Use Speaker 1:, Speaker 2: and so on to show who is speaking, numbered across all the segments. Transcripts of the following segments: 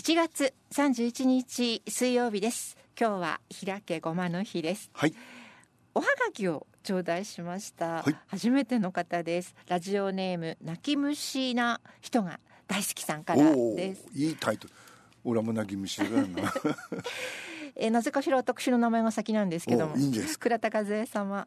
Speaker 1: 1月31日水曜日です今日は開けごまの日です
Speaker 2: はい。
Speaker 1: おはがきを頂戴しました、
Speaker 2: はい
Speaker 1: 初めての方ですラジオネーム泣き虫な人が大好きさんから
Speaker 2: おお
Speaker 1: で
Speaker 2: ー
Speaker 1: す、
Speaker 2: いいタイトル。俺も泣き虫だな。
Speaker 1: えーなぜかしら私の名前が先なんですけども
Speaker 2: おいいんじゃないですか。
Speaker 1: 倉田和恵様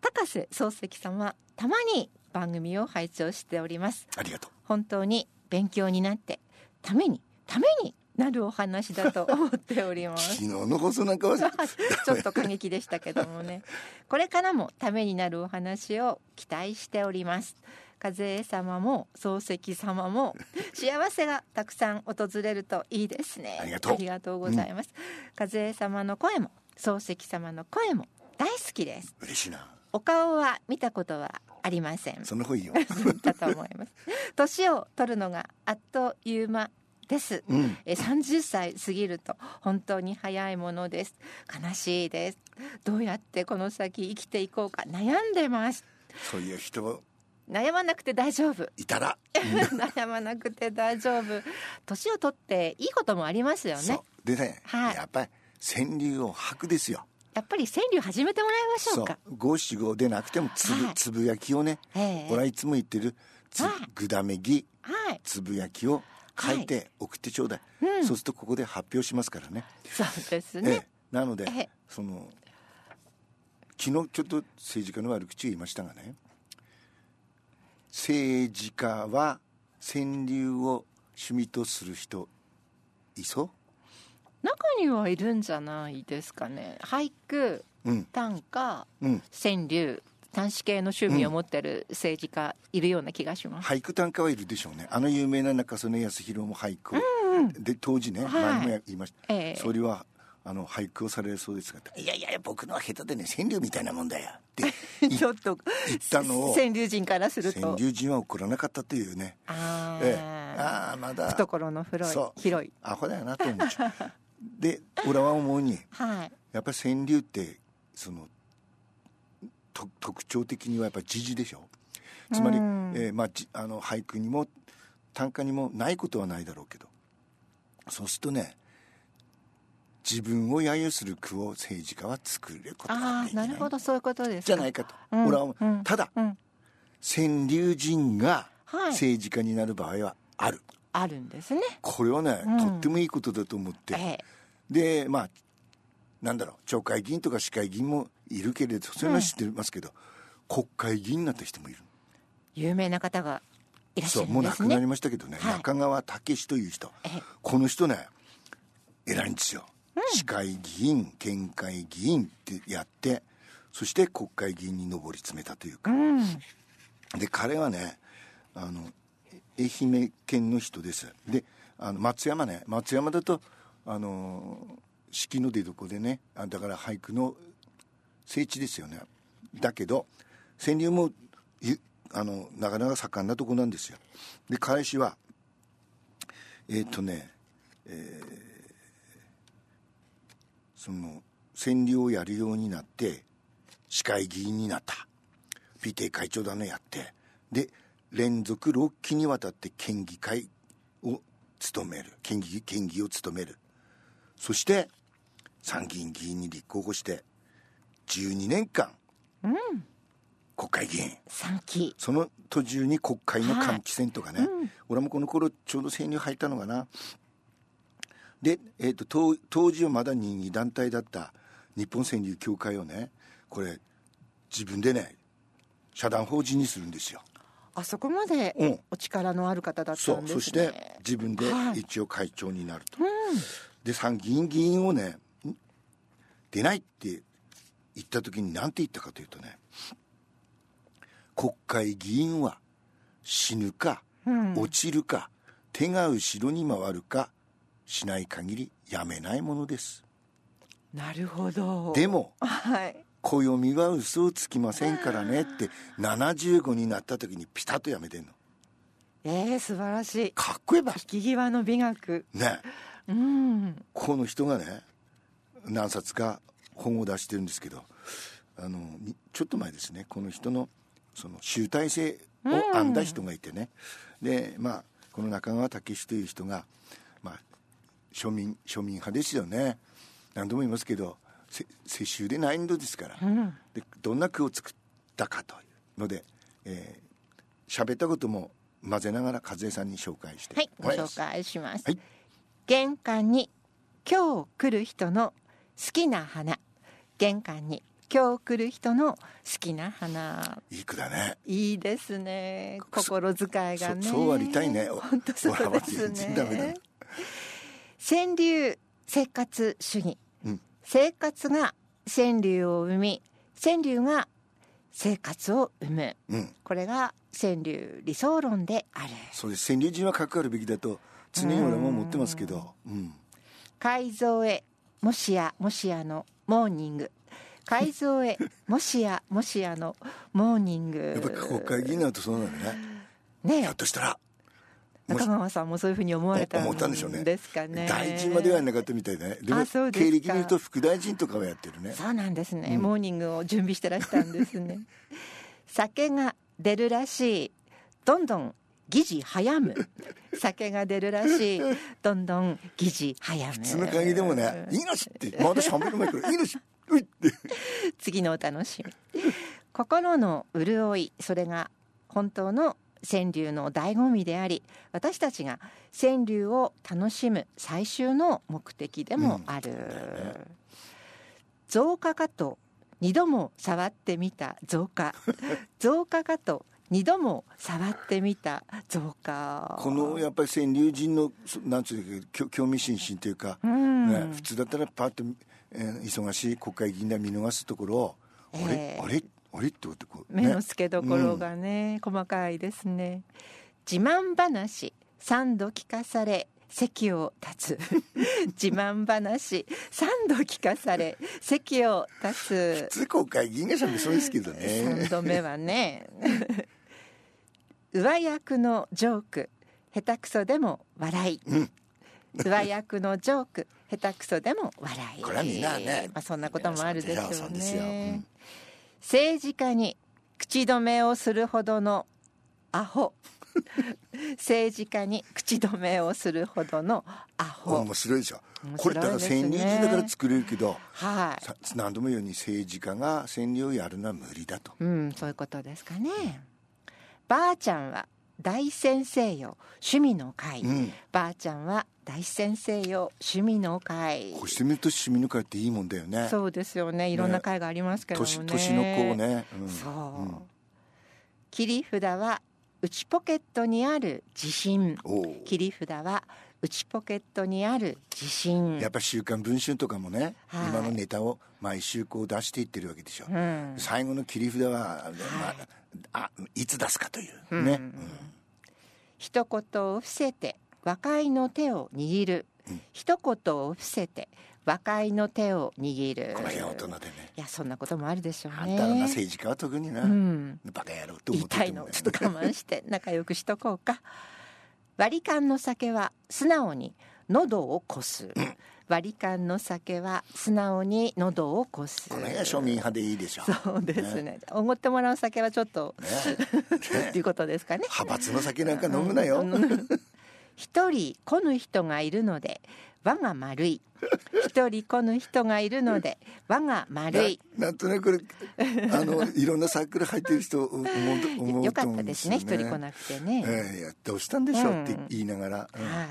Speaker 1: 高瀬漱石様たまに番組を拝聴しております
Speaker 2: ありがと
Speaker 1: 本当に勉強になってためにためになるお話だと思っておりま
Speaker 2: う。 昨
Speaker 1: す
Speaker 2: 日の放送なんかは。
Speaker 1: ちょっと過激でしたけどもねこれからもためになるお話を期待しております和江様も漱石様も幸せがたくさん訪れるといいですね
Speaker 2: ありがとう
Speaker 1: ありがとうございます、和江様の声も漱石様の声も大好きです
Speaker 2: 嬉しいな。
Speaker 1: お顔は見たことはありませ ん
Speaker 2: そ の方いいよ。
Speaker 1: だと思います年を取るのがあっという間です
Speaker 2: うん。
Speaker 1: えー30歳過ぎると本当に早いものです悲しいですどうやってこの先生きていこうか悩んでます
Speaker 2: そういう人
Speaker 1: 悩まなくて大丈夫
Speaker 2: いたら。
Speaker 1: 悩まなくて大丈夫年を取っていいこともありますよ
Speaker 2: そ
Speaker 1: ね
Speaker 2: う。でね、
Speaker 1: はい
Speaker 2: やっぱり川柳を吐くですよ。
Speaker 1: やっぱり川柳始めてもらいましょ
Speaker 2: そう
Speaker 1: か
Speaker 2: う。五七五でなくてもつぶ、
Speaker 1: はい
Speaker 2: つぶやきをね。
Speaker 1: ええ
Speaker 2: 俺はいつも言ってる。つ
Speaker 1: はい
Speaker 2: ぐだめぎ。
Speaker 1: はい
Speaker 2: つぶやきを書いて送ってちょうだい。
Speaker 1: うん
Speaker 2: そうするとここで発表しますからね。
Speaker 1: そうです
Speaker 2: え
Speaker 1: ね
Speaker 2: え、なので
Speaker 1: ええ
Speaker 2: その昨日ちょっと政治家の悪口を言いましたがね政治家は川柳を趣味とする人いそ
Speaker 1: 中にはいるんじゃないですかね俳句
Speaker 2: ううん
Speaker 1: 短歌
Speaker 2: うん
Speaker 1: 川柳短詩系の趣味を持ってる政治家いるような気がします、
Speaker 2: 俳句短歌はいるでしょうねあの有名な中曽根康弘も俳句を、で当時ね、
Speaker 1: はい
Speaker 2: 前も言いました、
Speaker 1: ええ
Speaker 2: 総理はあの俳句をされそうですが「いやいや僕のは下手でね川柳みたいなもんだよ」って言
Speaker 1: ちょっと
Speaker 2: ったの を
Speaker 1: 川柳人からする
Speaker 2: 川
Speaker 1: と
Speaker 2: 柳人は怒らなかったというね
Speaker 1: あー
Speaker 2: ええ、ああまだ
Speaker 1: 懐の広い
Speaker 2: そう
Speaker 1: 広い
Speaker 2: アホだよなと思っちゃうで俺は思うに
Speaker 1: はい
Speaker 2: やっぱり川柳ってそのと特徴的にはやっぱ時事でしょつまり、
Speaker 1: うん
Speaker 2: えーまあ、じあの俳句にも短歌にもないことはないだろうけどそうするとね自分を揶揄する句を政治家は作ること
Speaker 1: あ
Speaker 2: がで
Speaker 1: あ
Speaker 2: きな
Speaker 1: ないるほどそういうことですか
Speaker 2: じゃないかと、
Speaker 1: うん
Speaker 2: 俺は思う
Speaker 1: うん
Speaker 2: ただ
Speaker 1: うん
Speaker 2: 川柳人が
Speaker 1: はい
Speaker 2: 政治家になる場合はある、
Speaker 1: あるんですね
Speaker 2: これはね、
Speaker 1: うん
Speaker 2: とってもいいことだと思って、
Speaker 1: え
Speaker 2: でまあなんだろう町会議員とか市会議員もいるけれどそういうのは知ってますけど、国会議員になった人もいる
Speaker 1: え有名な方がいらっしゃ
Speaker 2: そう
Speaker 1: るん
Speaker 2: もう
Speaker 1: で
Speaker 2: 亡
Speaker 1: す
Speaker 2: くなり
Speaker 1: ね
Speaker 2: ましたけどね、
Speaker 1: はい
Speaker 2: 中川武史という人
Speaker 1: ええ
Speaker 2: この人ね偉いんですよ、市会議員県会議員ってやってそして国会議員に上り詰めたというか
Speaker 1: うん
Speaker 2: で彼はねあの愛媛県の人ですであの松山ね松山だとあの四季の出所でねあだから俳句の聖地ですよねだけど川柳もゆあのなかなか盛んなとこなんですよで彼氏はえーっ、とね、えーその川柳をやるようになって市会議員になった PTA 会長だねやってで連続6期にわたって県議会を務める県議県議を務めるそして参議院議員に立候補して12年間、国会議員
Speaker 1: 三期
Speaker 2: その途中に国会の換気選とかね、
Speaker 1: はいうん
Speaker 2: 俺もこの頃ちょうど生乳入ったのかなで、えー、と当当時はまだ任意団体だった日本川柳協会をねこれ自分でね社団法人にするんですよ、
Speaker 1: あそこまで
Speaker 2: うん、
Speaker 1: お力のある方だった
Speaker 2: そ
Speaker 1: ん
Speaker 2: う
Speaker 1: ですね
Speaker 2: そして自分で
Speaker 1: はい
Speaker 2: 一応会長になると、
Speaker 1: うん
Speaker 2: で参議院議員をねん出ないって言った時に何て言ったかというとね国会議員は死ぬか
Speaker 1: うん
Speaker 2: 落ちるか手が後ろに回るかしない限りやめないものです
Speaker 1: なるほど
Speaker 2: でも
Speaker 1: はい
Speaker 2: 暦は嘘をつきませんからねって75になった時にピタッとやめてんの
Speaker 1: えー、素晴らしい
Speaker 2: かっこいいば
Speaker 1: 引き際の美学
Speaker 2: ね
Speaker 1: うん
Speaker 2: この人がね何冊か本を出してるんですけどあのにちょっと前ですねこの人のその集大成を編んだ人がいてね、でまあこの中川武史という人が、まあ、庶民庶民派ですよね何度も言いますけどせ世襲でない度ですから、
Speaker 1: うん
Speaker 2: でどんな句を作ったかというので喋、えー、喋ったことも混ぜながら和江さんに紹介して
Speaker 1: はい、ご
Speaker 2: もらいま
Speaker 1: 紹
Speaker 2: す
Speaker 1: 介します。
Speaker 2: はい
Speaker 1: 玄関に今日来る人の好きな花。玄関に今日来る人の好きな花。
Speaker 2: いい句だね
Speaker 1: いいですね。心遣いがね。
Speaker 2: そ そうありたいね
Speaker 1: 本当そうです
Speaker 2: 全然ダメだ
Speaker 1: ね。川柳生活主義。
Speaker 2: うん
Speaker 1: 生活が川柳を生み、川柳が生活を生む。
Speaker 2: うん
Speaker 1: これが川柳理想論である。
Speaker 2: そうです川柳人はかくあるべきだと常に俺も思ってますけどうん
Speaker 1: 改造へもしやもしやのモーニング改造 へもしやもしやのモーニング
Speaker 2: やっぱり国会議員になるとそうなのねひ
Speaker 1: ね
Speaker 2: ょっとしたらもし
Speaker 1: 中川さんもそういうふうに思われた
Speaker 2: 思ったんでしょうね
Speaker 1: ですかね
Speaker 2: 大臣まではやんなかったみたいだねでも
Speaker 1: あそうですか
Speaker 2: 経歴見ると副大臣とかはやってるね
Speaker 1: そうなんですね、
Speaker 2: うん
Speaker 1: モーニングを準備してらしたんです ね酒が出るらしいどんどん議事早む酒が出るらしいどんどん議事早む
Speaker 2: 普通の会議でもね「命!」ってまだしゃべる前から「命!」 ういって
Speaker 1: 次のお楽しみ心の潤いそれが本当の川柳の醍醐味であり私たちが川柳を楽しむ最終の目的でもある、造花かと二度も触ってみた造花造花かと二度も触ってみた造花
Speaker 2: このやっぱり川柳人のそなんつうの興興味津々というか、
Speaker 1: うん
Speaker 2: ね、普通だったらパッと、えー忙しい国会議員が見逃すところを「あれ、
Speaker 1: えー
Speaker 2: あれあれ?」ってことこう、
Speaker 1: 目の付けどころがね、細かいですね自慢話三度聞かされ席を立つ 自慢話三度聞かされ席を立
Speaker 2: 普通国会議員がしゃべりそうですけど
Speaker 1: つ三
Speaker 2: ね
Speaker 1: 度目はね 上役のジョーク下手くそでも笑い、上役のジョーク下手くそでも笑い
Speaker 2: これはみんなね
Speaker 1: まあ、そんなこともあるでしょ
Speaker 2: そううですよう
Speaker 1: ね
Speaker 2: ん。
Speaker 1: 政治家に口止めをするほどのアホ政治家に口止めをするほどのアホ
Speaker 2: 面白いでしょ
Speaker 1: 面白いですね
Speaker 2: これだから川柳人だから作れるけど、
Speaker 1: はい、
Speaker 2: さ何度も言うように政治家が川柳をやるのは無理だと
Speaker 1: うん、そういうことですかねばあちゃんは大先生よ趣味の会、
Speaker 2: うん
Speaker 1: ばあちゃんは大先生よ趣味の会
Speaker 2: こうしてみると趣味の会っていいもんだよね
Speaker 1: そうですよねいろんな会がありますけどもね
Speaker 2: 年年の子ね、うん
Speaker 1: そう、
Speaker 2: ん
Speaker 1: 切り札は内ポケットにある自信
Speaker 2: おう
Speaker 1: 切り札は内ポケットにある自信
Speaker 2: やっぱ「週刊文春」とかもね、
Speaker 1: はい
Speaker 2: 今のネタを毎週こう出していってるわけでしょ、
Speaker 1: うん、
Speaker 2: 最後の切り札は、まあ、あいつ出すかというね、
Speaker 1: 一言を伏せて和解の手を握る、一言を伏せて和解の手を握る
Speaker 2: この辺は大人でね
Speaker 1: いやそんなこともあるでしょ
Speaker 2: あ
Speaker 1: うんね
Speaker 2: たらな政治家は特にな、
Speaker 1: うん
Speaker 2: バカ野郎って
Speaker 1: 言
Speaker 2: 思
Speaker 1: い
Speaker 2: って
Speaker 1: た
Speaker 2: る
Speaker 1: い
Speaker 2: と
Speaker 1: の
Speaker 2: 思うんだよね
Speaker 1: ちょっと我慢して仲良くしとこうか割り勘の酒は素直に喉をこす割り勘の酒は素直に喉をこす
Speaker 2: この辺は庶民派でいいでしょ
Speaker 1: そうですねおごってもらう酒はちょっと、っていうことですかね
Speaker 2: 派閥の酒なんか飲むなよ、
Speaker 1: 一人こぬ人がいるので輪が丸い一人こぬ人がいるので輪が丸い
Speaker 2: ななんとなくこれあのいろんなサークル入ってる人思う思
Speaker 1: よ
Speaker 2: う
Speaker 1: か
Speaker 2: と思
Speaker 1: っ
Speaker 2: う
Speaker 1: た
Speaker 2: ん
Speaker 1: で
Speaker 2: ですす
Speaker 1: ね
Speaker 2: よね
Speaker 1: 一人来なくてね、
Speaker 2: ええいやどうしたんでしょうって言いながら、うん
Speaker 1: はい、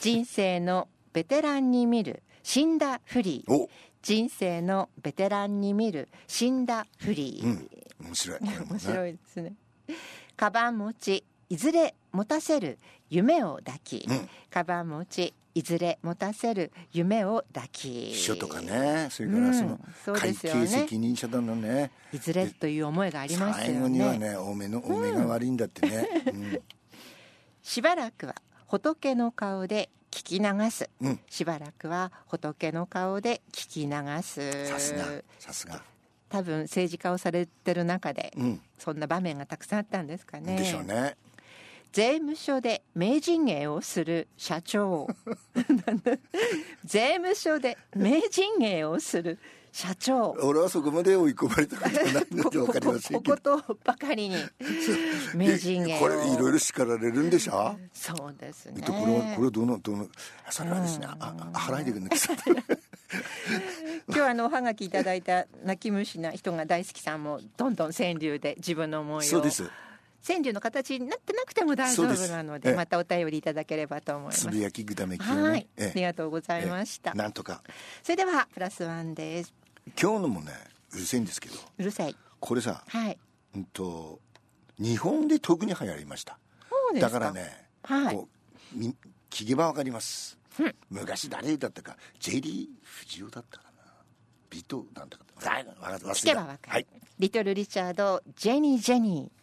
Speaker 1: 人生のベテランに見る死んだフリー
Speaker 2: お
Speaker 1: 人生のベテランに見る死んだフリー、
Speaker 2: うん面白いこれもね
Speaker 1: 面白いですねカバン持ちいずれ持たせる夢を抱き、
Speaker 2: うん
Speaker 1: カバン持ちいずれ持たせる夢を抱き
Speaker 2: 秘書とかねそれからその
Speaker 1: うんそう
Speaker 2: 会
Speaker 1: ですよね
Speaker 2: 計責任者だのね
Speaker 1: いずれという思いがあります
Speaker 2: 最
Speaker 1: よ
Speaker 2: 後には
Speaker 1: ね
Speaker 2: ね多めの多めが悪いんだってね、
Speaker 1: しばらくは仏の顔で聞き流す、
Speaker 2: うん
Speaker 1: しばらくは仏の顔で聞き流
Speaker 2: う
Speaker 1: す
Speaker 2: ん、さすがさすが、
Speaker 1: 多分政治家をされてる中で、
Speaker 2: うん
Speaker 1: そんな場面がたくさんあったんですかね
Speaker 2: でしょうね
Speaker 1: 税務署で名人芸をする社 長税務署で名人芸をする社 長
Speaker 2: 俺はそこまで追い込まれたことはないの
Speaker 1: こ
Speaker 2: で分かりませんけど
Speaker 1: こことばかりに名人
Speaker 2: え
Speaker 1: 芸を
Speaker 2: これいろいろ叱られるんでしょ
Speaker 1: そうですね
Speaker 2: でこれはこれはどのどのそれはですね、ああ払いでくんなき ゃ
Speaker 1: 今日はあのおはがきいただいた泣き虫な人が大好きさんもどんどん川柳で自分の思いを
Speaker 2: そうです
Speaker 1: 川柳の形になってなくても大丈夫なの
Speaker 2: そうです
Speaker 1: で
Speaker 2: ええ
Speaker 1: またお便りいただければと思います
Speaker 2: つぶやきぐだめきをね
Speaker 1: はい、
Speaker 2: ええ
Speaker 1: ありがとうございました
Speaker 2: ええなんとか
Speaker 1: それではプラスワンです
Speaker 2: 今日のもねうるせえんですけど
Speaker 1: うるさい
Speaker 2: これさ、
Speaker 1: はい
Speaker 2: うんと日本で特に流行りました
Speaker 1: そうです
Speaker 2: だ
Speaker 1: か
Speaker 2: からね、
Speaker 1: はい
Speaker 2: こうに聞けばわかります、昔誰だったかジェリー・フジオだったかなビトなんだかだい忘れた
Speaker 1: 聞けばわかる、
Speaker 2: はい
Speaker 1: リトル・リチャードジェニー・ジェニー